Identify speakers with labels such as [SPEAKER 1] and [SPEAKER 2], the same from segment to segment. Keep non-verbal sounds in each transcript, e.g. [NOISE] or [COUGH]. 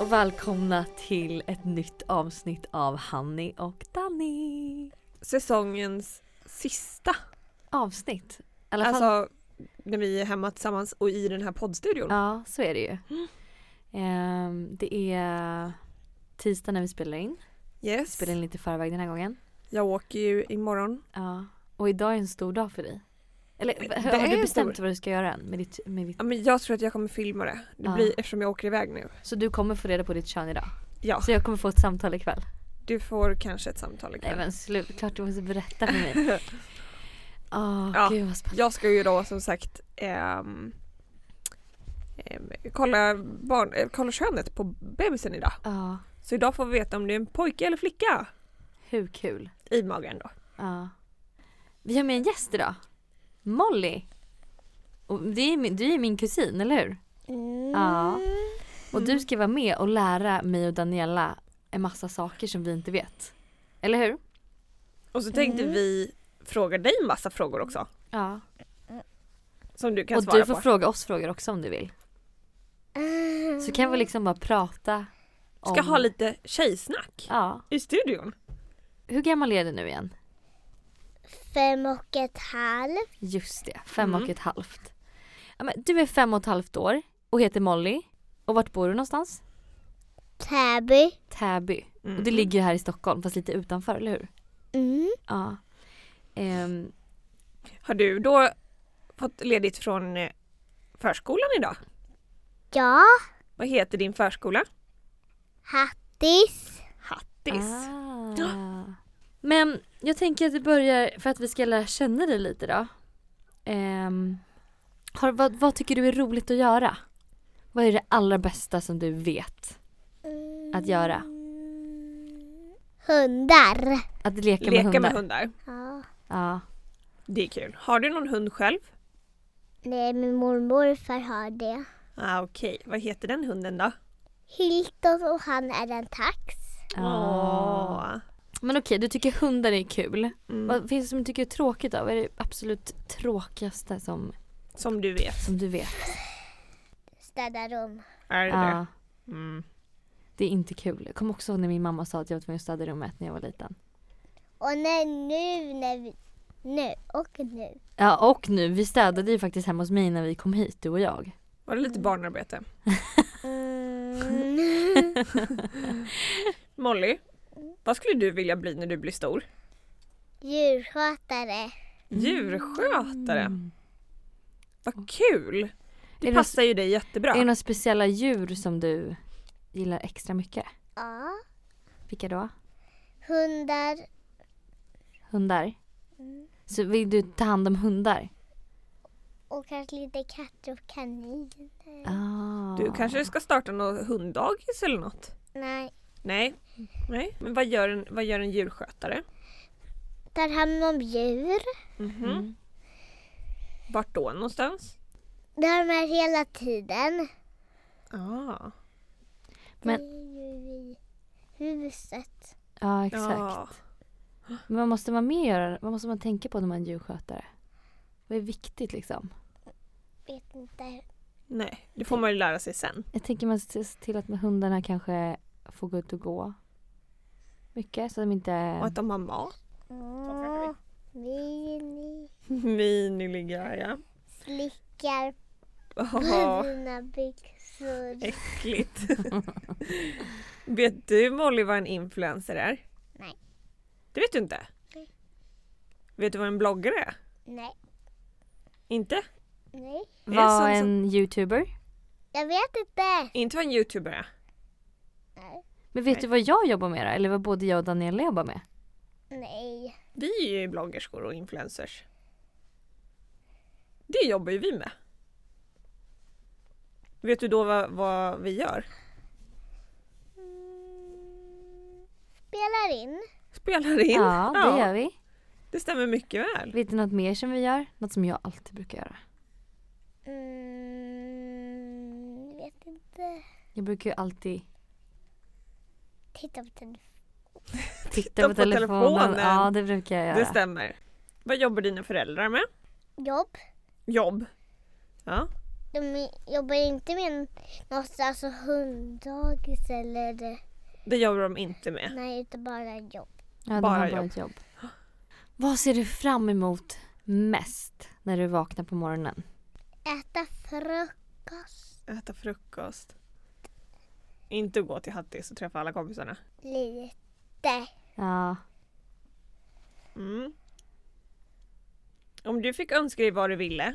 [SPEAKER 1] välkomna till ett nytt avsnitt av Hanni och Danny.
[SPEAKER 2] Säsongens sista.
[SPEAKER 1] Avsnitt. I alla fall,
[SPEAKER 2] Alltså när vi är hemma tillsammans och i den här poddstudion.
[SPEAKER 1] ja, så är det ju.
[SPEAKER 2] Mm.
[SPEAKER 1] Ehm, det är tisdag när vi spelar in. Vi
[SPEAKER 2] Yes.
[SPEAKER 1] spelar in lite i förväg den här gången.
[SPEAKER 2] Jag åker ju imorgon.
[SPEAKER 1] Ja. Och idag är en stor dag för dig. Eller
[SPEAKER 2] Det
[SPEAKER 1] har
[SPEAKER 2] är
[SPEAKER 1] du
[SPEAKER 2] en
[SPEAKER 1] bestämt vad du ska göra än? Med ditt, med ditt...
[SPEAKER 2] Ja, men jag tror att jag kommer filma det. det
[SPEAKER 1] Ja.
[SPEAKER 2] blir, eftersom jag åker iväg nu.
[SPEAKER 1] Så du kommer få reda på ditt kön idag?
[SPEAKER 2] Ja,
[SPEAKER 1] Så jag kommer få ett samtal ikväll?
[SPEAKER 2] du får kanske ett samtal
[SPEAKER 1] Nej
[SPEAKER 2] ikväll.
[SPEAKER 1] men slut, klart du måste berätta för mig.
[SPEAKER 2] [LAUGHS]
[SPEAKER 1] Åh
[SPEAKER 2] Ja.
[SPEAKER 1] gud vad spännande.
[SPEAKER 2] Jag ska ju då som sagt ehm, ehm, kolla, barn, eh, kolla könet på bebisen idag.
[SPEAKER 1] Ja,
[SPEAKER 2] Så idag får vi veta om det är en pojke eller flicka
[SPEAKER 1] hur kul?
[SPEAKER 2] i magen då.
[SPEAKER 1] Ja. Vi har med en gäst idag. Molly. Och det är min, du är min kusin, eller hur? Ja. Och
[SPEAKER 2] Mm.
[SPEAKER 1] du ska vara med och lära mig och Daniela en massa saker som vi inte vet. Eller hur?
[SPEAKER 2] Och så tänkte
[SPEAKER 1] Mm.
[SPEAKER 2] vi fråga dig en massa frågor också.
[SPEAKER 1] Ja.
[SPEAKER 2] Som du kan
[SPEAKER 1] Och
[SPEAKER 2] svara
[SPEAKER 1] du får
[SPEAKER 2] på.
[SPEAKER 1] fråga oss frågor också om du vill. Så kan vi
[SPEAKER 3] Mm.
[SPEAKER 1] liksom bara prata om...
[SPEAKER 2] Ska ha lite tjejsnack
[SPEAKER 1] Ja.
[SPEAKER 2] i studion.
[SPEAKER 1] Hur gammal är du nu igen?
[SPEAKER 3] Fem och ett halvt.
[SPEAKER 1] Just det, fem och
[SPEAKER 2] Mm.
[SPEAKER 1] ett halvt. Ja, men du är fem och ett halvt år och heter Molly. Och vart bor du någonstans?
[SPEAKER 3] Täby.
[SPEAKER 1] Täby.
[SPEAKER 2] Mm.
[SPEAKER 1] Och det ligger ju här i Stockholm fast lite utanför, eller hur?
[SPEAKER 3] Mm.
[SPEAKER 1] Ja. Ehm,
[SPEAKER 2] Har du då fått ledigt från eh, förskolan idag?
[SPEAKER 3] Ja.
[SPEAKER 2] Vad heter din förskola?
[SPEAKER 3] Hattis.
[SPEAKER 2] Hattis.
[SPEAKER 1] ah. Men jag tänker att vi börjar för att vi ska lära känna dig lite då. Ehm, har, vad, vad tycker du är roligt att göra? Vad är det allra bästa som du vet? Att göra.
[SPEAKER 3] Mm. Hundar.
[SPEAKER 1] Att leka med
[SPEAKER 2] Leka
[SPEAKER 1] hundar?
[SPEAKER 2] med hundar.
[SPEAKER 3] Ja.
[SPEAKER 1] Ja.
[SPEAKER 2] Det är kul. Har du någon hund själv?
[SPEAKER 3] Nej, min mormor för har det.
[SPEAKER 2] Ah, Okej, vad heter den hunden då?
[SPEAKER 3] Hilton och han är en tax.
[SPEAKER 1] Ah.
[SPEAKER 2] Åh.
[SPEAKER 1] Men okej, du tycker hundar är kul.
[SPEAKER 2] Mm.
[SPEAKER 1] Vad finns det som du tycker är tråkigt då? Vad är det absolut tråkigaste som,
[SPEAKER 2] Som du vet
[SPEAKER 1] som du vet?
[SPEAKER 3] Städa rum.
[SPEAKER 2] är det
[SPEAKER 1] Ja.
[SPEAKER 2] det. Mm.
[SPEAKER 1] Det är inte kul. Jag kommer också ihåg när min mamma sa att jag var tvungen att städa rummet när jag var liten.
[SPEAKER 3] Och när nu, när vi, nu och nu.
[SPEAKER 1] Ja och nu, vi städade ju faktiskt hemma hos mig när vi kom hit du och jag.
[SPEAKER 2] Var det lite barnarbete?
[SPEAKER 3] Mm.
[SPEAKER 2] Molly, vad skulle du vilja bli när du blir stor?
[SPEAKER 3] [LAUGHS] Djurskötare.
[SPEAKER 2] Djurskötare.
[SPEAKER 1] Mm.
[SPEAKER 2] Vad kul! Det
[SPEAKER 1] Är det-
[SPEAKER 2] passar ju dig jättebra.
[SPEAKER 1] Är det några speciella djur som du gillar extra mycket?
[SPEAKER 3] Ja.
[SPEAKER 1] Vilka då?
[SPEAKER 3] Hundar.
[SPEAKER 1] Hundar? Så vill du ta hand om hundar?
[SPEAKER 3] Och kanske lite katter och kaniner.
[SPEAKER 1] Ah.
[SPEAKER 2] Du kanske ska starta något hunddagis eller något?
[SPEAKER 3] Nej,
[SPEAKER 2] Nej. Nej. Men vad gör en, vad gör en djurskötare?
[SPEAKER 3] tar hand om djur.
[SPEAKER 1] Mm.
[SPEAKER 2] Vart då någonstans?
[SPEAKER 3] Det har de här hela tiden.
[SPEAKER 2] Ah.
[SPEAKER 1] Men-
[SPEAKER 3] Det är ju i huset.
[SPEAKER 1] Ja exakt.
[SPEAKER 2] Ja.
[SPEAKER 1] Men vad måste man mer göra? Vad måste man tänka på när man är djurskötare? Vad är viktigt liksom?
[SPEAKER 3] Vet inte.
[SPEAKER 2] Nej, det får man ju lära sig sen.
[SPEAKER 1] Jag tänker man ska se till att hundarna kanske får gå ut och gå. Mycket så att de inte...
[SPEAKER 2] Och att de har mat.
[SPEAKER 3] Mm. Mini
[SPEAKER 2] Miniliga, ja.
[SPEAKER 3] slickar på
[SPEAKER 2] Åh,
[SPEAKER 3] dina byxor.
[SPEAKER 2] äckligt. vet du Molly vad en influencer är?
[SPEAKER 3] Nej.
[SPEAKER 2] Det vet du inte?
[SPEAKER 3] Nej.
[SPEAKER 2] Vet du vad en bloggare är?
[SPEAKER 3] Nej,
[SPEAKER 2] Inte?
[SPEAKER 3] nej.
[SPEAKER 2] Är det sån
[SPEAKER 1] Var en youtuber.
[SPEAKER 3] Jag vet inte.
[SPEAKER 2] Som, inte vad en youtuber är?
[SPEAKER 3] Nej.
[SPEAKER 1] Men vet
[SPEAKER 2] Nej.
[SPEAKER 1] du vad jag jobbar med då? Eller vad både jag och Daniela jobbar med?
[SPEAKER 3] Nej.
[SPEAKER 2] Vi är ju bloggerskor och influencers. Det jobbar ju vi med. Vet du då vad, vad vi gör?
[SPEAKER 3] Mm. Spelar in.
[SPEAKER 2] Spelar in.
[SPEAKER 1] Ja, det gör vi.
[SPEAKER 2] det stämmer mycket väl.
[SPEAKER 1] Vet du något mer som vi gör? Något som jag alltid brukar göra.
[SPEAKER 3] Mm. Vet inte.
[SPEAKER 1] Jag brukar ju alltid
[SPEAKER 3] Titta på telefonen.
[SPEAKER 1] titta på,
[SPEAKER 2] på
[SPEAKER 1] telefonen.
[SPEAKER 2] telefonen.
[SPEAKER 1] Ja, det brukar jag göra.
[SPEAKER 2] Det stämmer. Vad jobbar dina föräldrar med?
[SPEAKER 3] Jobb.
[SPEAKER 2] Jobb. Ja.
[SPEAKER 3] de jobbar inte med något, alltså hunddagis eller eh,
[SPEAKER 2] Det jobbar de inte med.
[SPEAKER 3] nej, utan bara jobb.
[SPEAKER 1] Ja, de
[SPEAKER 2] Bara
[SPEAKER 1] har
[SPEAKER 2] jobb.
[SPEAKER 1] ett jobb. Vad ser du fram emot mest när du vaknar på morgonen?
[SPEAKER 3] Äta frukost,
[SPEAKER 2] Äta frukost. Inte gå till Hattis och träffa alla kompisarna.
[SPEAKER 3] lite.
[SPEAKER 1] Ja,
[SPEAKER 2] Mm. Om du fick önska dig vad du ville,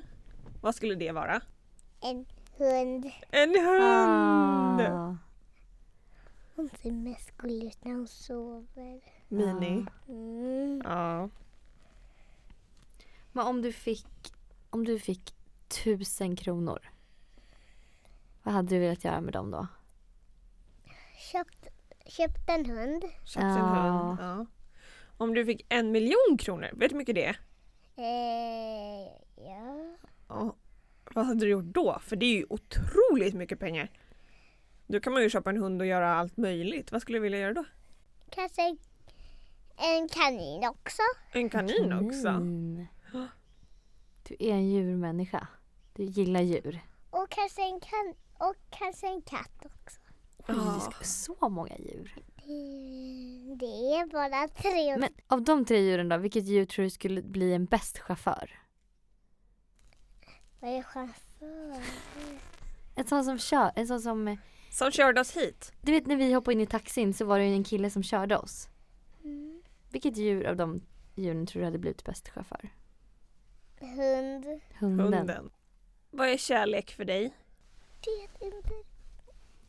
[SPEAKER 2] vad skulle det vara?
[SPEAKER 3] En hund.
[SPEAKER 2] En hund!
[SPEAKER 1] Ah.
[SPEAKER 3] Hon ser mest gullig ut när hon sover.
[SPEAKER 2] Mini.
[SPEAKER 3] Mm.
[SPEAKER 2] Ja.
[SPEAKER 1] Men om du fick, om du fick tusen kronor. Vad hade du velat göra med dem då?
[SPEAKER 3] Köpt, köpt en hund.
[SPEAKER 2] Köpt en hund. Ja. Om du fick en miljon kronor, vet du hur mycket det är?
[SPEAKER 3] Eh, ja.
[SPEAKER 2] Ja. Vad hade du gjort då? För det är ju otroligt mycket pengar. Då kan man ju köpa en hund och göra allt möjligt. Vad skulle du vilja göra då?
[SPEAKER 3] Kanske en kanin också.
[SPEAKER 2] En kanin också.
[SPEAKER 1] Kanin. Du är en djurmänniska. Du gillar djur.
[SPEAKER 3] Och kanske en, kan, och kanske en katt också.
[SPEAKER 1] Oj,
[SPEAKER 2] Ja.
[SPEAKER 1] du ska ha så många djur.
[SPEAKER 3] Mm, Det är bara tre.
[SPEAKER 1] Men av de tre djuren då, vilket djur tror du skulle bli en bäst chaufför?
[SPEAKER 3] Vad är chaufför?
[SPEAKER 1] En sån som kör, en sån som eh,
[SPEAKER 2] Som körde oss hit.
[SPEAKER 1] Du vet när vi hoppade in i taxin så var det ju en kille som körde oss.
[SPEAKER 3] Mm.
[SPEAKER 1] Vilket djur av de djuren tror du hade blivit bäst chaufför?
[SPEAKER 3] Hund.
[SPEAKER 1] Hunden.
[SPEAKER 2] Hunden. Vad är kärlek för dig?
[SPEAKER 3] Vet inte.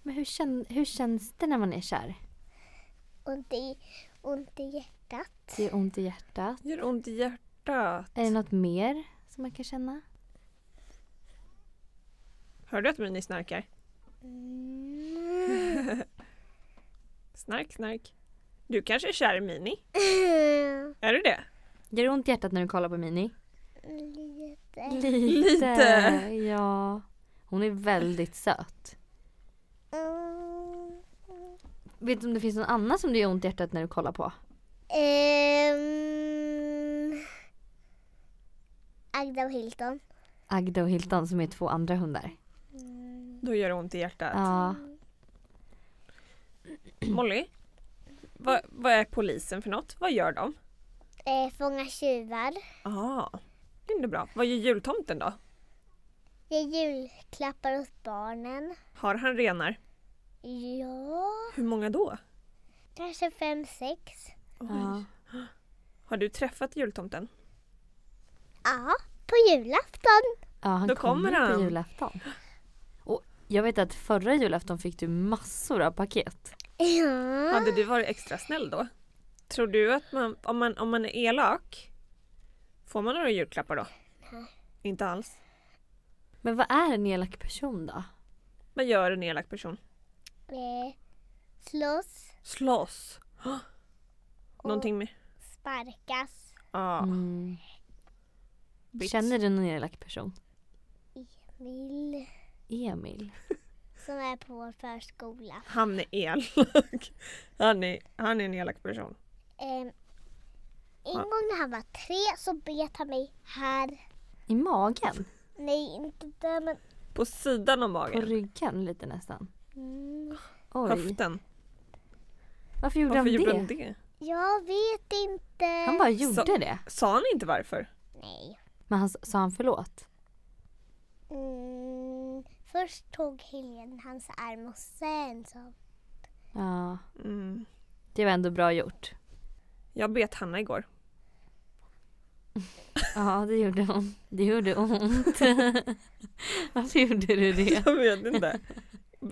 [SPEAKER 1] Men hur, kän- hur känns det när man är kär?
[SPEAKER 3] Ont i, ont i hjärtat.
[SPEAKER 1] Det är ont i hjärtat.
[SPEAKER 2] Gör ont i hjärtat.
[SPEAKER 1] Är det något mer som man kan känna?
[SPEAKER 2] Hör du att Mini snarkar?
[SPEAKER 3] Mm.
[SPEAKER 2] Snark, snark. Du kanske är kär i Mini?
[SPEAKER 3] Ehm,
[SPEAKER 2] Är du det?
[SPEAKER 1] Gör det ont i hjärtat när du kollar på Mini?
[SPEAKER 3] Lite.
[SPEAKER 1] Eh, Lite.
[SPEAKER 2] Lite.
[SPEAKER 1] Ja. Hon är väldigt söt.
[SPEAKER 3] Mm.
[SPEAKER 1] Vet du om det finns någon annan som det gör ont i hjärtat när du kollar på?
[SPEAKER 3] Ehm, Agda och Hilton.
[SPEAKER 1] Agda och Hilton som är två andra hundar.
[SPEAKER 2] Då gör det ont i hjärtat.
[SPEAKER 1] Ja.
[SPEAKER 2] Molly, vad, vad är polisen för något? Vad gör de?
[SPEAKER 3] Eh, fånga tjuvar.
[SPEAKER 2] Ah, det är inte bra. Vad gör jultomten då?
[SPEAKER 3] Ge julklappar åt barnen.
[SPEAKER 2] Har han renar?
[SPEAKER 3] Ja,
[SPEAKER 2] Hur många då?
[SPEAKER 3] kanske fem, sex.
[SPEAKER 2] Oj.
[SPEAKER 1] Ja.
[SPEAKER 2] Har du träffat jultomten?
[SPEAKER 3] Ja, på julafton.
[SPEAKER 1] Ja, han
[SPEAKER 2] Då kommer
[SPEAKER 1] kommer på
[SPEAKER 2] han.
[SPEAKER 1] julafton. Och jag vet att förra julafton fick du massor av paket.
[SPEAKER 3] Ja.
[SPEAKER 2] Hade du varit extra snäll då? Tror du att man, om man, om man är elak, får man några julklappar då? Inte alls.
[SPEAKER 1] Men vad är en elak person då?
[SPEAKER 2] Vad gör en elak person?
[SPEAKER 3] Eh, slåss
[SPEAKER 2] Slåss. Ah. Någonting med...
[SPEAKER 3] och sparkas.
[SPEAKER 2] Ja.
[SPEAKER 1] Mm.
[SPEAKER 2] bits.
[SPEAKER 1] Känner du någon elak person?
[SPEAKER 3] Vill,
[SPEAKER 1] Emil?
[SPEAKER 3] som är på vår förskola.
[SPEAKER 2] Han är elak. [LAUGHS] Han är, han är en elak person.
[SPEAKER 3] Ehm, en gång när han var tre så bet han mig här.
[SPEAKER 1] I magen?
[SPEAKER 3] Nej, inte där men...
[SPEAKER 2] På sidan av
[SPEAKER 1] På
[SPEAKER 2] magen.
[SPEAKER 1] ryggen lite nästan?
[SPEAKER 3] Mm,
[SPEAKER 1] Oj,
[SPEAKER 2] Höften.
[SPEAKER 1] varför gjorde,
[SPEAKER 2] Varför
[SPEAKER 1] han,
[SPEAKER 2] gjorde
[SPEAKER 1] det?
[SPEAKER 2] han det?
[SPEAKER 3] jag vet inte.
[SPEAKER 1] Han bara gjorde det.
[SPEAKER 2] Sa han inte varför?
[SPEAKER 3] Nej.
[SPEAKER 1] Men han, s- sa han förlåt?
[SPEAKER 3] Mm, först tog Helene hans arm och sen så...
[SPEAKER 1] Ja,
[SPEAKER 2] Mm.
[SPEAKER 1] det var ändå bra
[SPEAKER 2] [LAUGHS]
[SPEAKER 1] gjort.
[SPEAKER 2] Jag bet Hanna igår.
[SPEAKER 1] Ja, det gjorde hon. Det gjorde
[SPEAKER 2] [LAUGHS]
[SPEAKER 1] ont. [LAUGHS] varför gjorde du det?
[SPEAKER 2] Jag vet inte.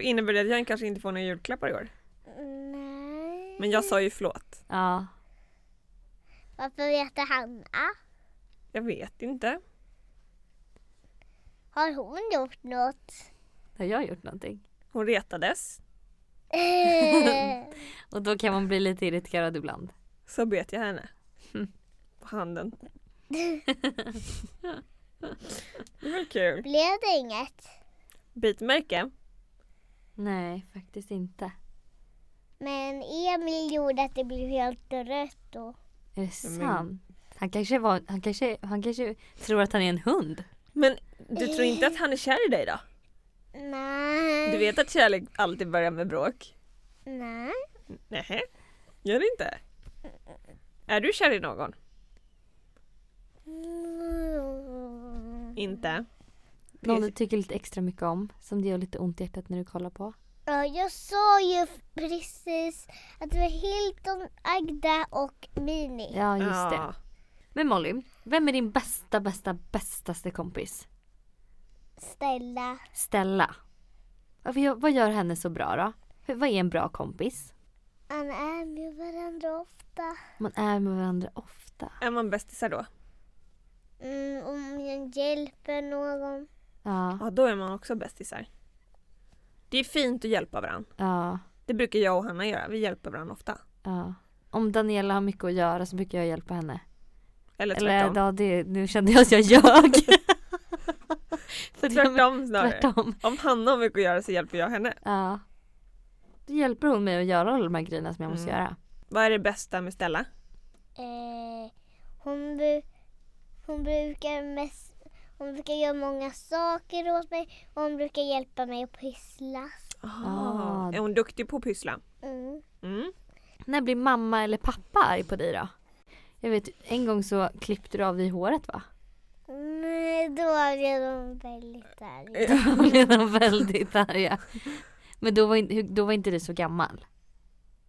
[SPEAKER 2] Innebär det att jag kanske inte får några julklappar igår?
[SPEAKER 3] Nej.
[SPEAKER 2] Men jag sa ju förlåt.
[SPEAKER 1] Ja,
[SPEAKER 3] Varför heter Hanna?
[SPEAKER 2] Jag vet inte.
[SPEAKER 3] Har hon gjort
[SPEAKER 2] [LAUGHS]
[SPEAKER 3] något? [LAUGHS]
[SPEAKER 1] har jag gjort någonting?
[SPEAKER 2] Hon retades.
[SPEAKER 3] Eh,
[SPEAKER 1] Och då kan man bli lite irriterad ibland.
[SPEAKER 2] Så bet jag henne. [LAUGHS] På handen.
[SPEAKER 1] [LAUGHS]
[SPEAKER 2] Det var kul.
[SPEAKER 3] Blev det inget?
[SPEAKER 2] Bitmärke.
[SPEAKER 1] Nej, faktiskt inte.
[SPEAKER 3] Men Emil gjorde att det blev helt rött då.
[SPEAKER 1] Är det sant? Han kanske, var, han, kanske, han kanske tror att han är en hund.
[SPEAKER 2] Men du tror inte att han är kär i dig då?
[SPEAKER 3] Nej.
[SPEAKER 2] Du vet att kärlek alltid börjar med bråk?
[SPEAKER 3] Nej.
[SPEAKER 2] Nej, gör det inte? Är du kär i någon? Inte?
[SPEAKER 1] Någon du tycker lite extra mycket om, som det gör lite ont i hjärtat när du kollar på.
[SPEAKER 3] Ja, jag sa ju precis att det var Hilton, Agda och Mini.
[SPEAKER 1] Ja, just det.
[SPEAKER 2] Ja.
[SPEAKER 1] Men Molly, vem är din bästa, bästa, bästaste kompis?
[SPEAKER 3] Stella.
[SPEAKER 1] Stella. Varför gör- Vad gör henne så bra då? Hur- Vad är en bra kompis?
[SPEAKER 3] Han är med varandra ofta.
[SPEAKER 1] Man är med varandra ofta.
[SPEAKER 2] Är man bästisar då?
[SPEAKER 3] Mm, om jag hjälper någon.
[SPEAKER 1] Ja,
[SPEAKER 2] Ja, då är man också bästisar. Det är fint att hjälpa varandra.
[SPEAKER 1] ja,
[SPEAKER 2] Det brukar jag och Hanna göra. Vi hjälper varandra ofta.
[SPEAKER 1] ja. Om Daniela har mycket att göra så brukar jag hjälpa henne.
[SPEAKER 2] Eller
[SPEAKER 1] Eller
[SPEAKER 2] tvärtom.
[SPEAKER 1] ja, det, nu kände jag att jag ljög. För det-
[SPEAKER 2] [LAUGHS] Tvärtom snarare.
[SPEAKER 1] tvärtom.
[SPEAKER 2] Om Hanna har mycket att göra så hjälper jag henne.
[SPEAKER 1] Ja. Då hjälper hon mig att göra alla de här grejerna som jag måste
[SPEAKER 2] Mm.
[SPEAKER 1] göra.
[SPEAKER 2] Vad är det bästa med Stella?
[SPEAKER 3] Eh, hon, bu- hon, brukar mest, hon brukar göra många saker åt mig. Hon brukar hjälpa mig att pyssla.
[SPEAKER 1] Ah.
[SPEAKER 2] Är hon duktig på att pyssla?
[SPEAKER 3] Mm.
[SPEAKER 2] Mm.
[SPEAKER 1] När blir mamma eller pappa arg på dig då? Jag vet, en gång så klippte du av dig håret va? [LAUGHS]
[SPEAKER 3] Nej, Mm, då blev de väldigt arga.
[SPEAKER 1] Då blev de väldigt arga. Men då var, in, hur- då var inte du så gammal.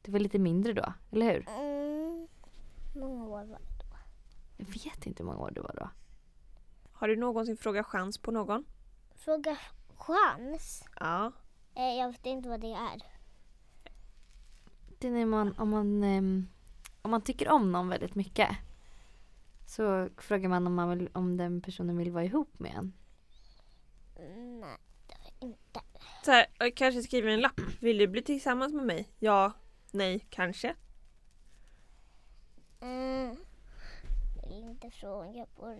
[SPEAKER 1] Du var lite mindre då, eller hur?
[SPEAKER 3] Mm. Många år var det.
[SPEAKER 1] Jag vet inte hur många år du var då.
[SPEAKER 2] Har du någonsin frågat chans på någon?
[SPEAKER 3] Fråga chans.
[SPEAKER 2] Ja.
[SPEAKER 3] Eh, jag vet inte vad det är.
[SPEAKER 1] Det är när man, om man, ehm, om man tycker om någon väldigt mycket. Så frågar man om, man vill, om den personen vill vara ihop med en.
[SPEAKER 3] Nej, det var inte.
[SPEAKER 2] Så här, jag kanske skriver en lapp. Vill du bli tillsammans med mig? Ja. Nej. Kanske.
[SPEAKER 3] Mm. Vill inte fråga på det.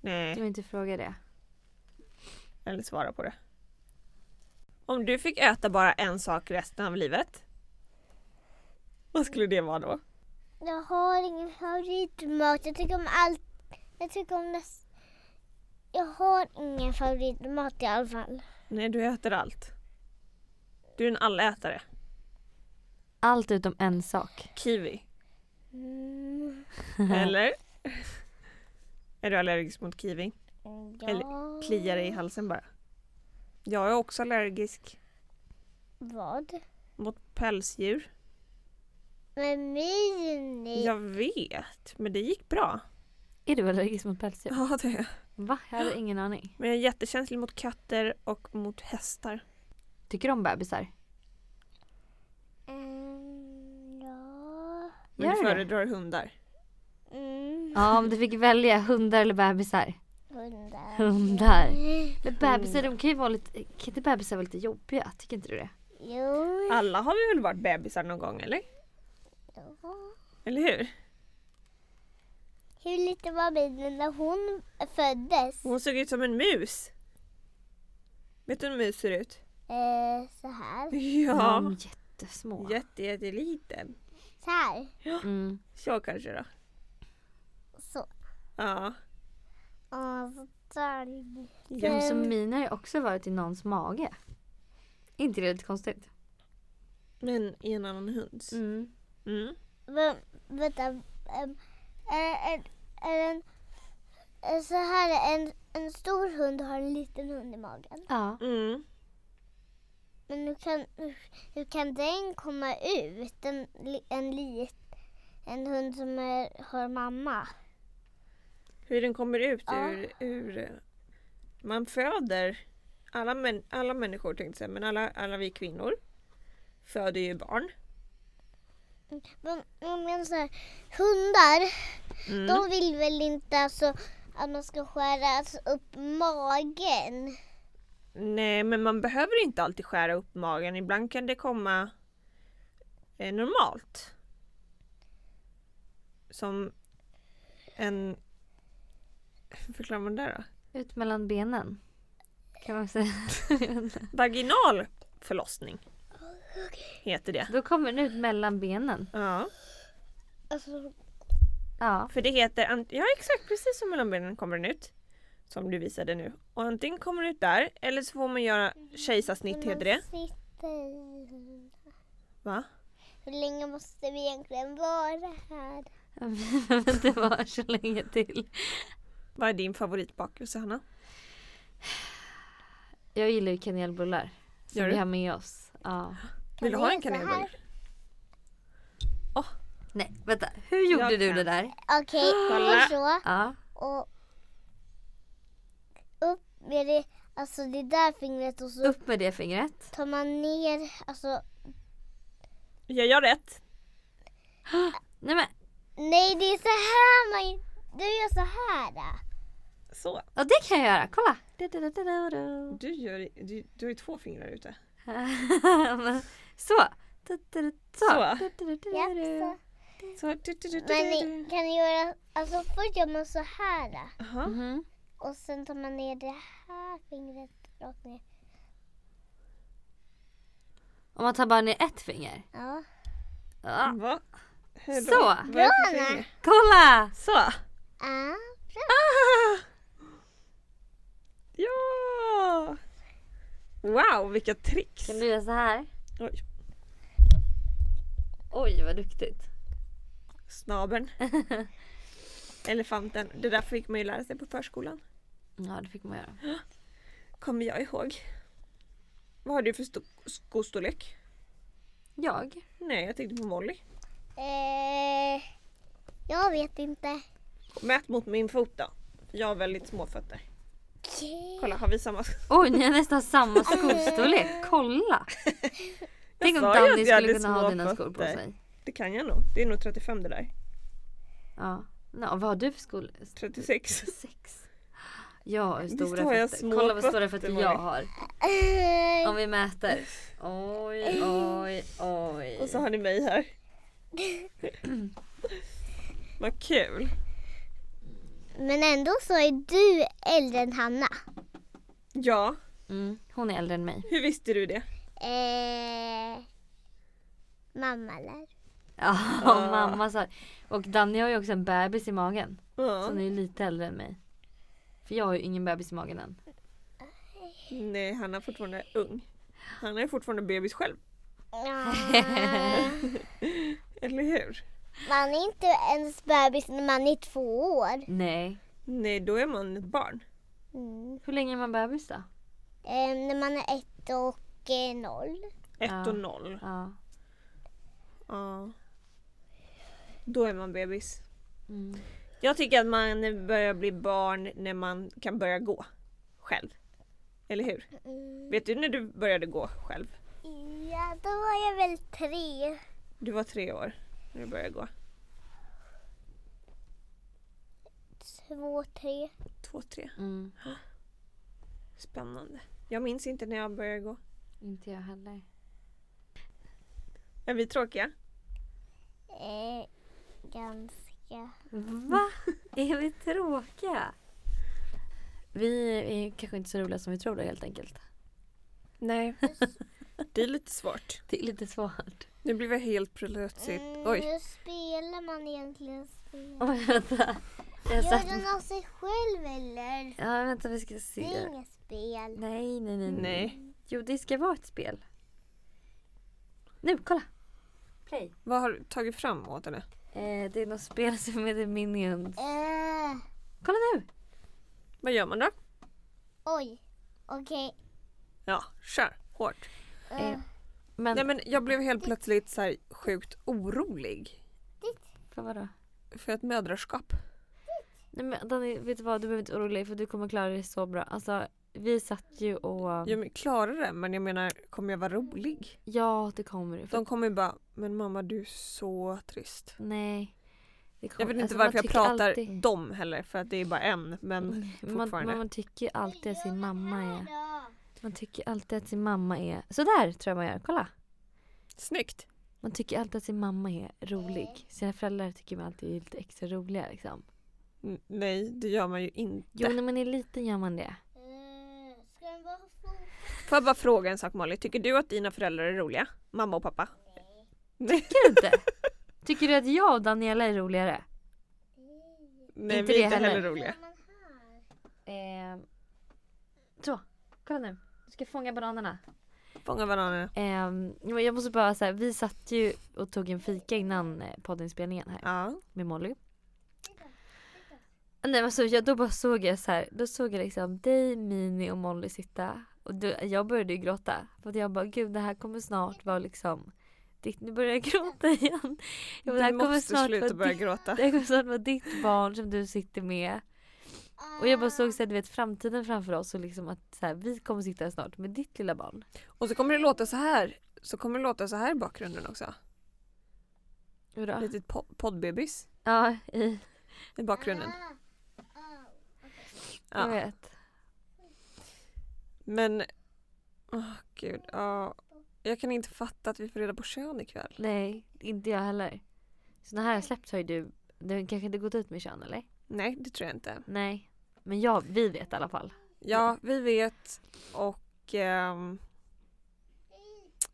[SPEAKER 1] Du
[SPEAKER 2] Nej.
[SPEAKER 1] vill inte fråga det.
[SPEAKER 2] Eller svara på det. Om du fick äta bara en sak resten av livet. Vad skulle det vara då?
[SPEAKER 3] Jag har ingen favoritmat. Jag tycker om allt. Jag tycker om näst... Jag har ingen favoritmat i alla fall.
[SPEAKER 2] Nej, du äter allt. Du är en allätare.
[SPEAKER 1] Allt utom en sak.
[SPEAKER 2] Kiwi.
[SPEAKER 3] Mm.
[SPEAKER 2] Eller? är du allergisk mot kiwi?
[SPEAKER 3] Ja.
[SPEAKER 2] Kliar dig i halsen bara. Jag är också allergisk
[SPEAKER 3] Vad?
[SPEAKER 2] mot pälsdjur.
[SPEAKER 3] Men Mini!
[SPEAKER 2] Jag vet, men det gick bra.
[SPEAKER 1] Är du allergisk mot pälsdjur?
[SPEAKER 2] [LAUGHS] Ja, det är jag.
[SPEAKER 1] Va? Jag hade ingen aning.
[SPEAKER 2] Men jag är jättekänslig mot katter och mot hästar.
[SPEAKER 1] Tycker du om bebisar?
[SPEAKER 3] Mm, ja.
[SPEAKER 2] Men
[SPEAKER 1] Gör du det?
[SPEAKER 2] föredrar hundar.
[SPEAKER 3] Mm.
[SPEAKER 1] Ja, om du fick välja hundar eller bebisar.
[SPEAKER 3] Hundar.
[SPEAKER 1] [LAUGHS] Hundar. Men bebisar, de kan ju vara lite, kan inte bebisar vara lite jobbiga? Tycker inte du det?
[SPEAKER 3] Jo.
[SPEAKER 2] Alla har vi väl varit bebisar någon gång, eller?
[SPEAKER 3] Ja.
[SPEAKER 2] Eller hur?
[SPEAKER 3] Hur liten var Mini när hon föddes?
[SPEAKER 2] Hon såg ut som en mus. Vet du hur en mus ser ut? [LAUGHS]
[SPEAKER 3] Eh, så här.
[SPEAKER 1] De är
[SPEAKER 2] Ja,
[SPEAKER 1] jättesmå.
[SPEAKER 2] jätte, jätteliten.
[SPEAKER 3] Så här.
[SPEAKER 1] Mm.
[SPEAKER 2] Så kanske då.
[SPEAKER 3] Så.
[SPEAKER 2] Ja.
[SPEAKER 3] Ja, så där.
[SPEAKER 1] Ja, så mina har ju också varit i någons mage. inte det lite konstigt?
[SPEAKER 2] Men i en annan hunds.
[SPEAKER 1] Mm.
[SPEAKER 2] Mm.
[SPEAKER 3] Men, vänta. ehm, är, är, är en, är så här, en, en stor hund har en liten hund i magen.
[SPEAKER 1] Ja.
[SPEAKER 2] Mm.
[SPEAKER 3] Men hur kan, hur, hur kan den komma ut? En, li- en, lit, en hund som är, har mamma.
[SPEAKER 2] Hur den kommer ut
[SPEAKER 3] Ja.
[SPEAKER 2] ur, ur... eh, Man föder... Alla, män, alla människor tänkte jag säga, men alla, alla vi kvinnor föder ju barn.
[SPEAKER 3] Men, men men så här, hundar,
[SPEAKER 2] Mm.
[SPEAKER 3] de vill väl inte alltså, att man ska skära alltså, upp magen?
[SPEAKER 2] Nej, men man behöver inte alltid skära upp magen. Ibland kan det komma eh, normalt. Som en... Hur förklarar man det då?
[SPEAKER 1] Ut mellan benen. Kan man säga.
[SPEAKER 2] Vaginal förlossning heter det.
[SPEAKER 1] Då kommer den ut mellan benen.
[SPEAKER 2] Ja,
[SPEAKER 3] Alltså,
[SPEAKER 1] Ja.
[SPEAKER 2] för det heter... ant- Ja, exakt. Precis som mellan benen kommer den ut. Som du visade nu. Och antingen kommer du ut där eller så får man göra kejsarsnitt heter det.
[SPEAKER 3] Sitta i.
[SPEAKER 2] Va?
[SPEAKER 3] Hur länge måste vi egentligen vara här?
[SPEAKER 1] det var så länge till.
[SPEAKER 2] Vad är din favoritbakelse Hanna?
[SPEAKER 1] Jag gillar ju kanelbullar. Som
[SPEAKER 2] Gör
[SPEAKER 1] vi
[SPEAKER 2] du?
[SPEAKER 1] har med oss. Ja.
[SPEAKER 2] Vill du
[SPEAKER 3] vi
[SPEAKER 2] ha en
[SPEAKER 3] göra så här?
[SPEAKER 2] kanelbulle?
[SPEAKER 1] Nej, vänta. Hur gjorde
[SPEAKER 2] Jag
[SPEAKER 1] du
[SPEAKER 2] kan.
[SPEAKER 1] det där?
[SPEAKER 3] Okej,
[SPEAKER 2] [GASPS] Kolla.
[SPEAKER 3] och så.
[SPEAKER 1] Ja.
[SPEAKER 3] Och upp med det, alltså det där fingret och så
[SPEAKER 1] Upp med det fingret.
[SPEAKER 3] tar man ner, alltså
[SPEAKER 2] Gör jag rätt?
[SPEAKER 1] Nej men,
[SPEAKER 3] nej det är så här man, du gör så här. Då.
[SPEAKER 2] Så.
[SPEAKER 1] och det kan jag göra. Kolla! Du-du-du-du-du.
[SPEAKER 2] Du, gör, du, du har ju två fingrar ute.
[SPEAKER 1] [LAUGHS] så. Du-du-du. Så.
[SPEAKER 2] Så.
[SPEAKER 3] Ja,
[SPEAKER 1] Du-du-du-du-du.
[SPEAKER 3] så.
[SPEAKER 2] Så. Du, du, du, du,
[SPEAKER 3] Men
[SPEAKER 2] du,
[SPEAKER 3] ni
[SPEAKER 2] du.
[SPEAKER 3] kan ni göra, alltså först gör man så här. Då.
[SPEAKER 2] Jaha.
[SPEAKER 1] Mhm.
[SPEAKER 3] Och sen tar man ner det här fingret rakt ner.
[SPEAKER 1] Om man tar bara ner ett finger.
[SPEAKER 3] Ja.
[SPEAKER 1] Ja.
[SPEAKER 2] Va? Hur då?
[SPEAKER 1] Så.
[SPEAKER 2] Vad är det för
[SPEAKER 3] Bra,
[SPEAKER 2] finger?
[SPEAKER 3] Anna.
[SPEAKER 1] Kolla!
[SPEAKER 2] Så.
[SPEAKER 3] Ah, bra.
[SPEAKER 2] Ah! Ja! Wow, vilka tricks!
[SPEAKER 1] Kan du göra så här?
[SPEAKER 2] Oj,
[SPEAKER 1] Oj, vad duktigt.
[SPEAKER 2] snabeln. Elefanten. Det där fick man ju lära sig på förskolan.
[SPEAKER 1] Ja, det fick man göra.
[SPEAKER 2] Kommer jag ihåg. Vad har du för sto- skostorlek?
[SPEAKER 1] Jag?
[SPEAKER 2] Nej, jag tänkte på Molly.
[SPEAKER 3] Eh, jag vet inte.
[SPEAKER 2] Mät mot min fot då. Jag har väldigt små fötter.
[SPEAKER 3] Okej.
[SPEAKER 2] Kolla, har vi samma? [LAUGHS]
[SPEAKER 1] Oj, ni har nästan samma skostorlek. Kolla! Tänk om
[SPEAKER 2] sa ju att
[SPEAKER 1] Danny
[SPEAKER 2] jag
[SPEAKER 1] skulle
[SPEAKER 2] hade
[SPEAKER 1] kunna ha
[SPEAKER 2] små
[SPEAKER 1] dina skor på
[SPEAKER 2] fötter.
[SPEAKER 1] sig.
[SPEAKER 2] Det kan jag nog. Det är nog 35 det där.
[SPEAKER 1] Ja. Nå, vad har du för skor?
[SPEAKER 2] 36.
[SPEAKER 1] Sex. Jag har ju
[SPEAKER 2] Visst
[SPEAKER 1] stora
[SPEAKER 2] har jag
[SPEAKER 1] fötter.
[SPEAKER 2] små
[SPEAKER 1] Kolla vad stora
[SPEAKER 2] fötter,
[SPEAKER 1] fötter
[SPEAKER 2] Malin.
[SPEAKER 1] jag har.
[SPEAKER 3] Eh,
[SPEAKER 1] Om vi mäter. Oj, oj, oj.
[SPEAKER 2] [LAUGHS] Och så har ni mig
[SPEAKER 1] [LAUGHS]
[SPEAKER 2] här. Vad kul.
[SPEAKER 3] [LAUGHS] Men ändå så är du äldre än Hanna.
[SPEAKER 2] Ja,
[SPEAKER 1] Mm, hon är äldre än mig.
[SPEAKER 2] hur visste du det?
[SPEAKER 3] Eh, mamma lär.
[SPEAKER 1] Ja,
[SPEAKER 2] Ah.
[SPEAKER 1] mamma sa Och Danny har ju också en bebis i magen. Så
[SPEAKER 2] Ja.
[SPEAKER 1] hon är ju lite äldre än mig. För jag har ju ingen bebis i magen än.
[SPEAKER 2] Nej, han är fortfarande ung. Han är fortfarande bebis själv,
[SPEAKER 3] Ah,
[SPEAKER 2] eller hur?
[SPEAKER 3] man är inte ens bebis när man är två år.
[SPEAKER 1] Nej.
[SPEAKER 2] Nej, då är man ett barn.
[SPEAKER 3] Mm.
[SPEAKER 1] Hur länge är man bebis då?
[SPEAKER 3] Eh, när man är ett och eh, noll.
[SPEAKER 2] Ett
[SPEAKER 1] Ja.
[SPEAKER 2] och noll.
[SPEAKER 1] Ja.
[SPEAKER 2] Ja. Då är man bebis.
[SPEAKER 1] Mm.
[SPEAKER 2] Jag tycker att man börjar bli barn när man kan börja gå själv. Eller hur?
[SPEAKER 3] Mm.
[SPEAKER 2] Vet du när du började gå själv?
[SPEAKER 3] Ja, då var jag väl tre.
[SPEAKER 2] Du var tre år när du började gå.
[SPEAKER 3] Två, tre.
[SPEAKER 2] Två, tre.
[SPEAKER 1] Mm.
[SPEAKER 2] Spännande. Jag minns inte när jag började gå.
[SPEAKER 1] Inte jag heller.
[SPEAKER 2] Är vi tråkiga?
[SPEAKER 3] Eh, ganska.
[SPEAKER 1] Va? [LAUGHS] Är vi tråkiga? Vi är kanske inte så roliga som vi tror då helt enkelt.
[SPEAKER 2] Nej. [LAUGHS] Det är lite svårt.
[SPEAKER 1] Det är lite [LAUGHS] svårt.
[SPEAKER 2] Nu blev jag helt plötsligt...
[SPEAKER 3] Mm,
[SPEAKER 2] Oj.
[SPEAKER 3] Hur spelar man egentligen spel?
[SPEAKER 1] Oj, vänta. Jag
[SPEAKER 3] Gör
[SPEAKER 1] satt...
[SPEAKER 3] den av sig själv eller?
[SPEAKER 1] Ja, vänta vi ska
[SPEAKER 3] Det
[SPEAKER 1] se.
[SPEAKER 3] är inget spel.
[SPEAKER 1] Nej, nej, nej,
[SPEAKER 2] Nej.
[SPEAKER 1] Jo, det ska vara ett spel. Nu, kolla! Play.
[SPEAKER 2] Vad har du tagit fram åt henne?
[SPEAKER 1] Eh, det är något spel som heter Minions.
[SPEAKER 3] Eh,
[SPEAKER 1] Kolla nu!
[SPEAKER 2] Vad gör man då?
[SPEAKER 3] oj, okej.
[SPEAKER 2] Ja, kör hårt.
[SPEAKER 3] Eh,
[SPEAKER 1] Eh, Men,
[SPEAKER 2] Nej men jag blev helt plötsligt så här sjukt orolig
[SPEAKER 1] för vadå?
[SPEAKER 2] för ett mödraskap.
[SPEAKER 1] Nej men Danny, vet du vad? Du behöver inte oroa dig för du kommer klara dig så bra. Alltså, vi satt ju och...
[SPEAKER 2] Jag men- klarar det men jag menar kommer jag vara rolig?
[SPEAKER 1] Ja, det kommer du. För...
[SPEAKER 2] De kommer ju bara “men mamma du är så trist”.
[SPEAKER 1] Nej. Det
[SPEAKER 2] Jag
[SPEAKER 1] kommer-
[SPEAKER 2] vet inte
[SPEAKER 1] alltså, man
[SPEAKER 2] varför jag
[SPEAKER 1] tycker
[SPEAKER 2] pratar
[SPEAKER 1] alltid- Mm.
[SPEAKER 2] dem heller för att det är bara en. Men
[SPEAKER 1] Man,
[SPEAKER 2] fortfarande.
[SPEAKER 1] man, man tycker ju alltid att sin mamma är...
[SPEAKER 3] Ja.
[SPEAKER 1] Man tycker alltid att sin mamma är... Sådär tror jag man gör, kolla!
[SPEAKER 2] snyggt!
[SPEAKER 1] Man tycker alltid att sin mamma är rolig. Sina föräldrar tycker man alltid är lite extra roliga liksom.
[SPEAKER 2] N- Nej det gör man ju
[SPEAKER 1] Jo,
[SPEAKER 2] inte.
[SPEAKER 1] när man är liten gör man det.
[SPEAKER 3] Eh, Ska den vara så?
[SPEAKER 2] Får jag bara fråga en sak Molly, tycker du att dina föräldrar är roliga? Mamma och pappa? [LAUGHS] Nej.
[SPEAKER 1] Tycker du inte? Tycker du att jag och Daniela är roligare?
[SPEAKER 2] Nej
[SPEAKER 1] Inte
[SPEAKER 2] vi
[SPEAKER 1] det
[SPEAKER 2] är inte heller
[SPEAKER 1] heller.
[SPEAKER 2] roliga.
[SPEAKER 3] man här?
[SPEAKER 1] Eh, Kolla nu. Du ska fånga bananerna.
[SPEAKER 2] Fånga bananerna.
[SPEAKER 1] Ehm, men jag måste bara säga, vi satt ju och tog en fika innan eh, poddinspelningen här
[SPEAKER 2] Ja.
[SPEAKER 1] med Molly. Nej men alltså jag, då bara såg jag så här, då såg jag liksom dig, Mini och Molly sitta. Och då, jag började ju gråta. För att jag bara gud det här kommer snart vara liksom, ditt, nu börjar jag gråta igen. Jag bara, det här
[SPEAKER 2] Du
[SPEAKER 1] kommer
[SPEAKER 2] måste
[SPEAKER 1] snart vara
[SPEAKER 2] sluta börja
[SPEAKER 1] ditt,
[SPEAKER 2] gråta.
[SPEAKER 1] det här kommer snart vara ditt barn som du sitter med. Och jag bara såg så här, du vet framtiden framför oss och liksom att så här, vi kommer sitta här snart med ditt lilla barn.
[SPEAKER 2] Och så kommer det låta så här. Så kommer det låta så här i bakgrunden också.
[SPEAKER 1] Hurra.
[SPEAKER 2] Litet po- poddbebis
[SPEAKER 1] Ja, i,
[SPEAKER 2] i bakgrunden.
[SPEAKER 1] jag
[SPEAKER 2] Ja.
[SPEAKER 1] vet.
[SPEAKER 2] Men, åh gud. Ja. Jag kan inte fatta att vi får reda på kön ikväll.
[SPEAKER 1] Nej, inte jag heller. Sådana här släppt har ju du, du kanske inte gått ut med kön eller?
[SPEAKER 2] Nej, det tror jag inte.
[SPEAKER 1] Nej. Men jag, vi vet i alla fall.
[SPEAKER 2] Ja, vi vet och... ehm,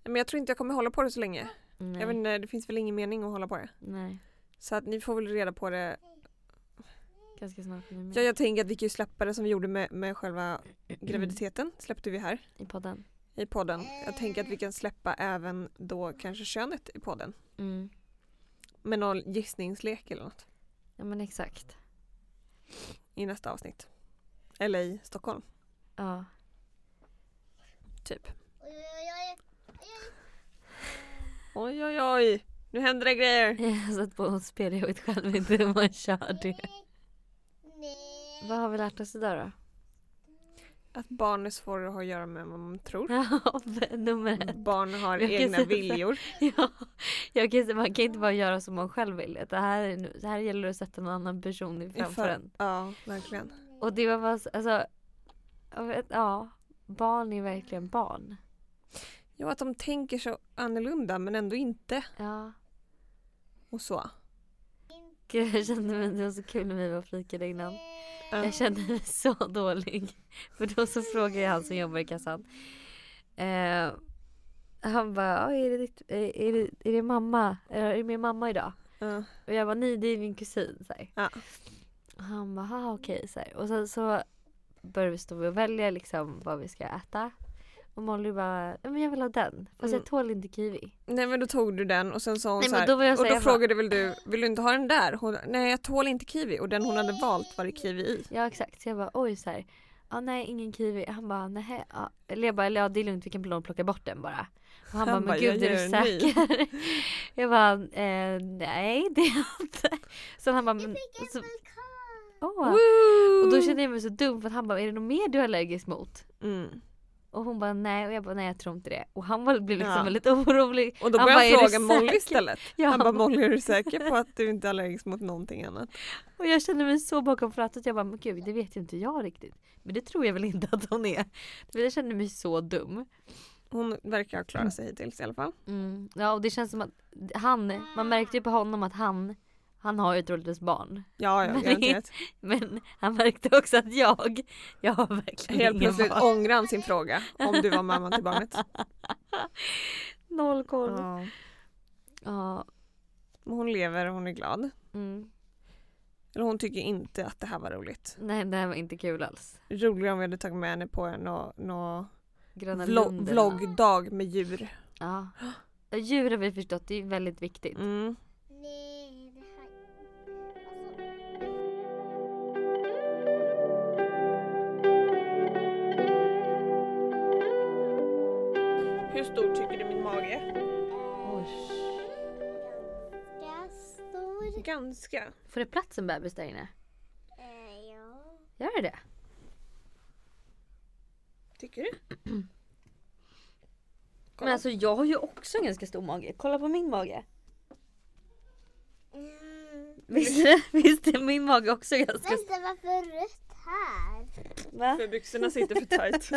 [SPEAKER 2] men jag tror inte jag kommer hålla på det så länge.
[SPEAKER 1] Nej.
[SPEAKER 2] Jag vet inte, det finns väl ingen mening att hålla på det.
[SPEAKER 1] Nej.
[SPEAKER 2] Så att ni får väl reda på det.
[SPEAKER 1] Ganska snart nu med
[SPEAKER 2] Jag, jag tänker att vi kan ju släppa det som vi gjorde med, med själva graviditeten. Släppte vi här
[SPEAKER 1] i podden.
[SPEAKER 2] i podden. Jag tänker att vi kan släppa även då kanske könet i podden.
[SPEAKER 1] Mm.
[SPEAKER 2] Med någon gissningslek eller något
[SPEAKER 1] Ja men exakt.
[SPEAKER 2] i nästa avsnitt. Eller i Stockholm,
[SPEAKER 1] Ja. [LAUGHS]
[SPEAKER 2] typ.
[SPEAKER 3] Ah,
[SPEAKER 2] Oj, oj, oj! Nu händer det grejer!
[SPEAKER 1] Jag har satt på och spelar ut själv inte hur man kör det. Vad har vi lärt oss idag då?
[SPEAKER 2] Att barn är svårare att ha att göra med än vad
[SPEAKER 1] [LAUGHS]
[SPEAKER 2] man tror.
[SPEAKER 1] [LAUGHS] Ja, nummer ett.
[SPEAKER 2] Barn har
[SPEAKER 1] Jag kan
[SPEAKER 2] egna
[SPEAKER 1] säga-
[SPEAKER 2] viljor.
[SPEAKER 1] [LAUGHS] Ja. Jag kan, säga, man kan inte bara göra som man själv vill. Det här, är nu- det här gäller att sätta någon annan person i framför
[SPEAKER 2] för-
[SPEAKER 1] en.
[SPEAKER 2] Ja, verkligen.
[SPEAKER 1] Och det var bara, så- alltså, jag vet, ja. Barn är verkligen barn.
[SPEAKER 2] Ja, att de tänker så annorlunda men ändå inte
[SPEAKER 1] Ja.
[SPEAKER 2] och så.
[SPEAKER 1] Gud, jag kände mig, det var så kul när vi var och fikade innan.
[SPEAKER 2] Ja.
[SPEAKER 1] Jag kände mig [LAUGHS] så dålig. För då så frågade jag han som jobbar i kassan. Eh, han bara, "Ja, är det, ditt, är, är, det, är det mamma? Är det min mamma idag?
[SPEAKER 2] Ja.
[SPEAKER 1] Och jag bara, nej det är min kusin. Så här.
[SPEAKER 2] Ja.
[SPEAKER 1] Och han bara, "Ha, okej. Så här. Och sen så började vi stå och välja liksom, vad vi ska äta. Och Molly bara, "Ja, men jag vill ha den. Fast
[SPEAKER 2] Mm.
[SPEAKER 1] jag tål inte kiwi.
[SPEAKER 2] Nej men då tog du den och sen sa hon
[SPEAKER 1] Nej,
[SPEAKER 2] så
[SPEAKER 1] men
[SPEAKER 2] här,
[SPEAKER 1] då var jag så
[SPEAKER 2] och
[SPEAKER 1] här,
[SPEAKER 2] då
[SPEAKER 1] jag bara-
[SPEAKER 2] frågade väl du, vill du inte ha den där? Hon, Nej jag tål inte kiwi och den hon hade valt var det kiwi i.
[SPEAKER 1] Ja exakt. Så jag bara, oj så här. Ja nej ingen kiwi. Han bara, nej. Ja. Eller jag bara, eller ja det är lugnt vi kan pl- plocka bort den bara. Och han,
[SPEAKER 2] Han
[SPEAKER 1] bara, men
[SPEAKER 2] bara,
[SPEAKER 1] gud är
[SPEAKER 2] "Jag
[SPEAKER 1] du
[SPEAKER 2] gör en ny."
[SPEAKER 1] säker? [LAUGHS] jag bara, eh, nej det är jag inte. Så han bara, men, så, åh. Och då kände jag mig så dum för att han bara, är det något mer du är allergisk mot?
[SPEAKER 2] Mm.
[SPEAKER 1] Och hon bara nej och jag bara nej jag tror inte det. Och han var- blev liksom
[SPEAKER 2] Ja.
[SPEAKER 1] lite orolig.
[SPEAKER 2] Och då
[SPEAKER 1] Han
[SPEAKER 2] började
[SPEAKER 1] bara, "Är
[SPEAKER 2] han
[SPEAKER 1] du
[SPEAKER 2] fråga Molly
[SPEAKER 1] säker?"
[SPEAKER 2] istället.
[SPEAKER 1] Ja,
[SPEAKER 2] Han bara Molly är du säker på att du inte är allergisk mot någonting annat?
[SPEAKER 1] och jag kände mig så bakom för att jag bara men gud det vet ju inte jag riktigt. Men det tror jag väl inte att hon är. Men Jag kände mig så dum.
[SPEAKER 2] Hon verkar ha klarat sig hittills i alla fall.
[SPEAKER 1] Mm. Ja och det känns som att han, man märkte ju på honom att han, han har ju troligtvis barn. [LAUGHS]
[SPEAKER 2] Ja, ja
[SPEAKER 1] Nej.
[SPEAKER 2] garanterat.
[SPEAKER 1] Men han märkte också att jag, jag har verkligen
[SPEAKER 2] Helt
[SPEAKER 1] ingen
[SPEAKER 2] plötsligt
[SPEAKER 1] barn.
[SPEAKER 2] ångrar han sin fråga om du var mamman
[SPEAKER 1] [LAUGHS]
[SPEAKER 2] till barnet.
[SPEAKER 1] Noll koll. Ja.
[SPEAKER 2] Ja. Men Hon lever och hon är glad.
[SPEAKER 1] mm.
[SPEAKER 2] Eller hon tycker inte att det här var roligt.
[SPEAKER 1] Nej det här var inte kul alls.
[SPEAKER 2] Roligare om vi hade tagit med henne på en nå, nå
[SPEAKER 1] Gröna
[SPEAKER 2] vlog,
[SPEAKER 1] Lunden.
[SPEAKER 2] vloggdag med djur.
[SPEAKER 1] Ja. Och Djur har vi förstått, det är väldigt viktigt.
[SPEAKER 2] Mm.
[SPEAKER 3] Nej, det här... Alltså,
[SPEAKER 2] Hur stor tycker du min mage är?
[SPEAKER 3] Alltså, ganska stor.
[SPEAKER 2] Ganska.
[SPEAKER 1] Får det plats en bebis där inne?
[SPEAKER 3] Eh, ja.
[SPEAKER 1] Gör det det
[SPEAKER 2] Tycker
[SPEAKER 1] [CLEARS THROAT]
[SPEAKER 2] du?
[SPEAKER 1] Men alltså jag har ju också en ganska stor mage. Kolla på min
[SPEAKER 2] [LAUGHS]
[SPEAKER 1] mage.
[SPEAKER 3] Mm.
[SPEAKER 1] Visst, visst är min mage också ganska stor?
[SPEAKER 3] Vänta, varför rött
[SPEAKER 1] [LAUGHS]
[SPEAKER 3] här?
[SPEAKER 1] Va?
[SPEAKER 2] För byxorna sitter för tajt.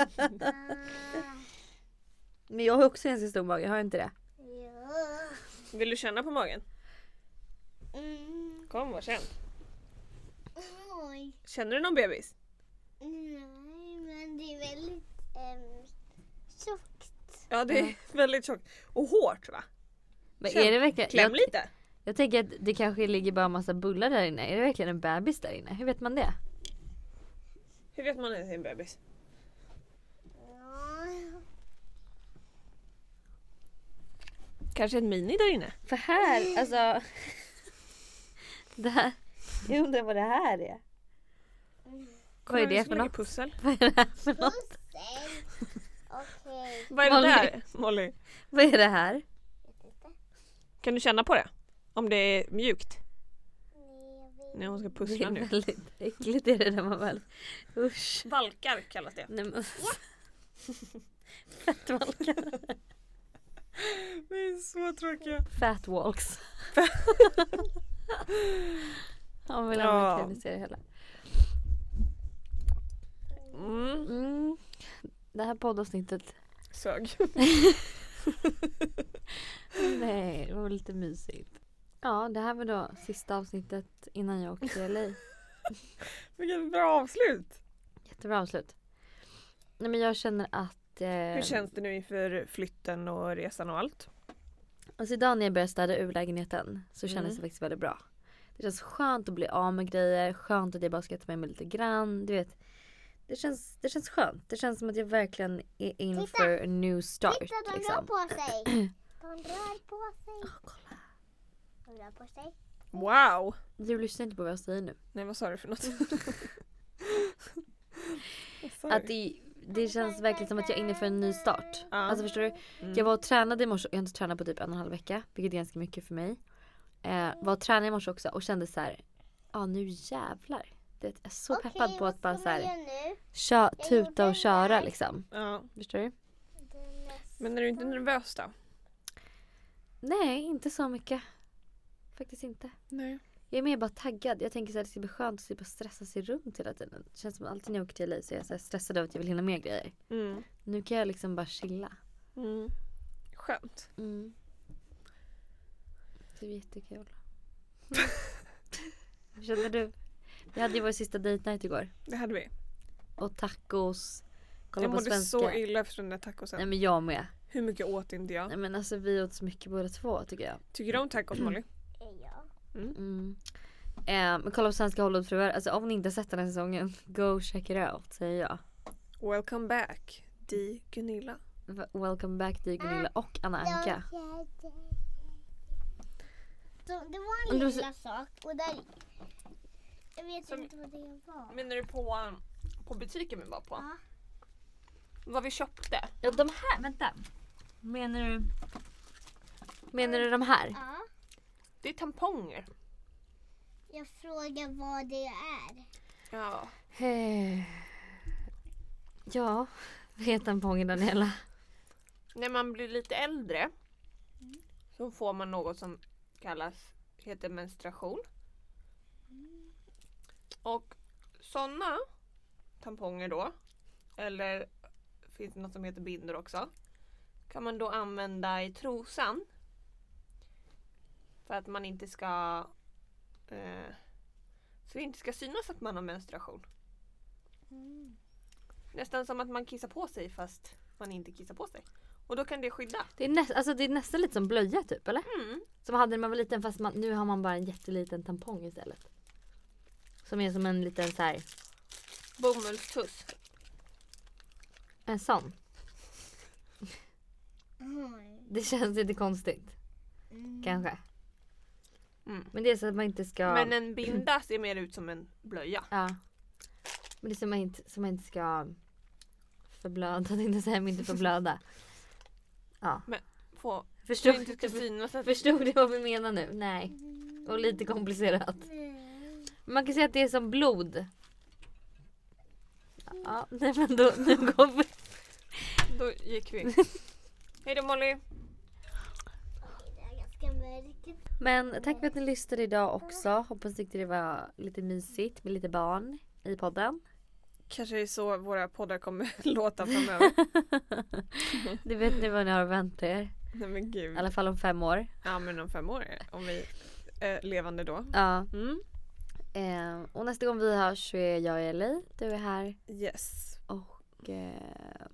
[SPEAKER 1] [LAUGHS]
[SPEAKER 3] Ah,
[SPEAKER 1] Men jag har också ganska stor mage, har jag inte det?
[SPEAKER 3] ja.
[SPEAKER 2] Vill du känna på magen?
[SPEAKER 3] Mm.
[SPEAKER 2] Kom, vad känn.
[SPEAKER 3] Oj.
[SPEAKER 2] Känner du någon bebis?
[SPEAKER 3] Nej, men det är väldigt um, tjockt.
[SPEAKER 2] Ja, det är väldigt tjockt. Och hårt va?
[SPEAKER 1] Men
[SPEAKER 2] Känn.
[SPEAKER 1] är det verkligen...
[SPEAKER 2] Kläm
[SPEAKER 1] jag,
[SPEAKER 2] lite.
[SPEAKER 1] jag tänker att det kanske ligger bara en massa bullar där inne. Är det verkligen en bebis där inne? Hur vet man det?
[SPEAKER 2] Hur vet man att det är en bebis? Kanske en mini där inne?
[SPEAKER 1] För här, alltså. det här. Jag undrar vad det här är. Vad är
[SPEAKER 2] Kolla,
[SPEAKER 1] det
[SPEAKER 2] så
[SPEAKER 1] för
[SPEAKER 2] mycket
[SPEAKER 1] något?
[SPEAKER 2] Pussel.
[SPEAKER 1] Vad är det här för något?
[SPEAKER 3] Pussel! Okej.
[SPEAKER 2] Vad är det
[SPEAKER 1] Molly.
[SPEAKER 2] där Molly?
[SPEAKER 1] Vad är det här?
[SPEAKER 2] Kan du känna på det? Om det är mjukt?
[SPEAKER 3] Nej, jag vet.
[SPEAKER 2] När hon ska
[SPEAKER 1] Det
[SPEAKER 2] pussla
[SPEAKER 1] är [LAUGHS]
[SPEAKER 2] nu.
[SPEAKER 1] väldigt äckligt är det där man väl... Usch.
[SPEAKER 2] Valkar kallas det.
[SPEAKER 1] Nej, men... Fatwalkar.
[SPEAKER 2] Det är så tråkiga.
[SPEAKER 1] [LAUGHS] Fatwalks. Om vill
[SPEAKER 2] Ja.
[SPEAKER 1] ha en serie heller.
[SPEAKER 2] Mm.
[SPEAKER 1] Mm. Det här poddavsnittet.
[SPEAKER 2] Sög.
[SPEAKER 1] Nej, det var lite mysigt. Ja, det här var då sista avsnittet innan jag åkte till LA.
[SPEAKER 2] Vilket bra avslut!
[SPEAKER 1] Jättebra avslut. Nej men jag känner att... Eh,
[SPEAKER 2] Hur känns det nu inför flytten och resan och allt?
[SPEAKER 1] Alltså idag när jag började städa ur lägenheten så kändes
[SPEAKER 2] Mm.
[SPEAKER 1] det faktiskt väldigt bra. Det känns skönt att bli av med grejer, skönt att jag bara ska ta med mig lite grann. Du vet, det känns, det känns skönt. Det känns som att jag verkligen är in
[SPEAKER 3] Titta!
[SPEAKER 1] for a new start.
[SPEAKER 3] Titta, de rör
[SPEAKER 1] liksom.
[SPEAKER 3] på
[SPEAKER 1] [CLEARS THROAT]
[SPEAKER 3] sig. De rör på
[SPEAKER 1] Åh,
[SPEAKER 3] sig.
[SPEAKER 1] kolla.
[SPEAKER 3] De rör på sig.
[SPEAKER 2] Wow!
[SPEAKER 1] Du lyssnar inte på vad jag säger nu.
[SPEAKER 2] Nej vad sa du
[SPEAKER 1] [LAUGHS]
[SPEAKER 2] för något? Vad sa
[SPEAKER 1] Att
[SPEAKER 2] du?
[SPEAKER 1] det, det känns verkligen som att jag är inne för en ny start.
[SPEAKER 2] Ja.
[SPEAKER 1] Alltså förstår du?
[SPEAKER 2] Mm.
[SPEAKER 1] Jag var och tränade i morse, jag har inte tränat på typ en och en halv vecka vilket är ganska mycket för mig. Eh, var och tränade i morse också och kände så här, ja ah, nu jävlar. Det jag är så
[SPEAKER 3] Okej,
[SPEAKER 1] peppad på
[SPEAKER 3] vad
[SPEAKER 1] att bara
[SPEAKER 3] ska
[SPEAKER 1] så
[SPEAKER 3] man
[SPEAKER 1] här,
[SPEAKER 3] göra nu?
[SPEAKER 1] kö,
[SPEAKER 3] Jag gjorde
[SPEAKER 1] tuta
[SPEAKER 3] den
[SPEAKER 1] och köra
[SPEAKER 3] där.
[SPEAKER 1] liksom.
[SPEAKER 2] Ja.
[SPEAKER 1] Förstår du?
[SPEAKER 3] Den nästa-
[SPEAKER 2] Men är du inte nervös då?
[SPEAKER 1] Nej, inte så mycket. Faktiskt inte.
[SPEAKER 2] Nej.
[SPEAKER 1] Jag är mer bara taggad. Jag tänker så här, det ska bli skönt att slippa stressa sig runt hela tiden. Det känns som att alltid när jag åker till LA så är jag så här stressad över att jag vill hinna med grejer.
[SPEAKER 2] Mm.
[SPEAKER 1] Nu kan jag liksom bara chilla.
[SPEAKER 2] Mm. Skönt.
[SPEAKER 1] Mm. Det är jättekul. Hur [LAUGHS] känner du? Vi hade ju vår sista date night igår.
[SPEAKER 2] Det hade vi.
[SPEAKER 1] Och tacos. Kolla
[SPEAKER 2] Jag
[SPEAKER 1] på
[SPEAKER 2] mådde
[SPEAKER 1] svenska.
[SPEAKER 2] så illa efter den där tacosen.
[SPEAKER 1] Nej men jag med.
[SPEAKER 2] Hur mycket åt inte jag?
[SPEAKER 1] Nej men alltså vi åt så mycket båda två tycker jag.
[SPEAKER 2] Tycker du om tacos Molly?
[SPEAKER 3] Ja.
[SPEAKER 1] Mm. Eh, men kolla på Svenska Hollywoodfruar. Alltså om ni inte har sett den här säsongen, [LAUGHS] go check it out säger jag.
[SPEAKER 2] Welcome back, Di Gunilla.
[SPEAKER 1] V- Welcome back till Gunilla och Anna Anka.
[SPEAKER 3] De- de- Det var
[SPEAKER 1] Men
[SPEAKER 3] en
[SPEAKER 1] du-
[SPEAKER 3] lilla sak och där... Jag vet
[SPEAKER 2] Som-
[SPEAKER 3] inte vad det
[SPEAKER 1] Mm.
[SPEAKER 3] var.
[SPEAKER 2] Menar du på, på butiken vi var på?
[SPEAKER 3] Ja.
[SPEAKER 2] Vad vi köpte?
[SPEAKER 1] Ja de här, vänta. Menar du? Menar du de här?
[SPEAKER 3] Ja,
[SPEAKER 2] Det är tamponger.
[SPEAKER 3] jag frågar vad det är.
[SPEAKER 2] Ja.
[SPEAKER 1] Eh, [SIGHS] Ja, vad heter tampongen Daniela?
[SPEAKER 2] När man blir lite äldre så får man något som kallas, heter menstruation. Och sådana tamponger då, eller finns det något som heter binder också, kan man då använda i trosan. För att man inte ska eh, så det inte ska synas att man har menstruation. Nästan som att man kissar på sig fast man inte kissar på sig. Och då kan det skydda.
[SPEAKER 1] Det är, näst, alltså, det är nästan lite som blöja typ eller?
[SPEAKER 2] Mm.
[SPEAKER 1] Som man hade när man var liten fast man, nu har man bara en jätteliten tampong istället. Som är som en liten så här,
[SPEAKER 2] Bomullstuss.
[SPEAKER 1] en sån.
[SPEAKER 3] Oj.
[SPEAKER 1] Det känns lite konstigt.
[SPEAKER 3] Mm.
[SPEAKER 1] Kanske.
[SPEAKER 2] Mm.
[SPEAKER 1] Men det är så att man inte ska...
[SPEAKER 2] Men en binda ser mer ut som en blöja.
[SPEAKER 1] ja. Men det är så att man inte, så man inte ska förblöda. [LAUGHS] Jag tänkte säga men inte förblöda. Ja.
[SPEAKER 2] Få, så
[SPEAKER 1] Förstod,
[SPEAKER 2] det inte ska synas att...
[SPEAKER 1] förstod du vad vi menar nu? Nej. Och lite komplicerat.
[SPEAKER 3] Mm.
[SPEAKER 1] Man kan säga att det är som blod. Ja, [LAUGHS] nej men då, nu går vi.
[SPEAKER 2] Då gick [LAUGHS] vi. Hej då Molly!
[SPEAKER 3] Det är ganska mörkt.
[SPEAKER 1] Men tack för att ni lyssnade idag också. Hoppas ni tyckte det var lite mysigt med lite barn i podden.
[SPEAKER 2] Kanske det är så våra poddar kommer [LAUGHS] låta framöver.
[SPEAKER 1] Det vet ni vad ni har att vänta er.
[SPEAKER 2] Nej men
[SPEAKER 1] I
[SPEAKER 2] gud.
[SPEAKER 1] alla fall om fem år.
[SPEAKER 2] Ja men om fem år, om vi är levande då.
[SPEAKER 1] Ja.
[SPEAKER 2] Mm.
[SPEAKER 1] Eh, och nästa gång vi hörs så är jag i LA, du är här
[SPEAKER 2] Yes.
[SPEAKER 1] och eh,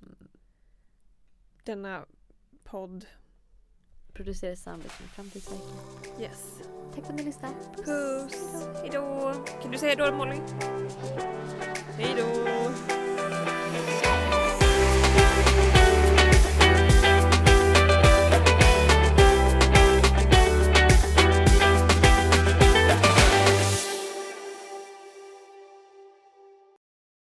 [SPEAKER 2] Denna podd.
[SPEAKER 1] producerar i samarbete med Framtidsverket.
[SPEAKER 2] Yes.
[SPEAKER 1] Tack för att ni lyssnade.
[SPEAKER 2] Puss! Hej då! Kan du säga hej då Molly? Hej då!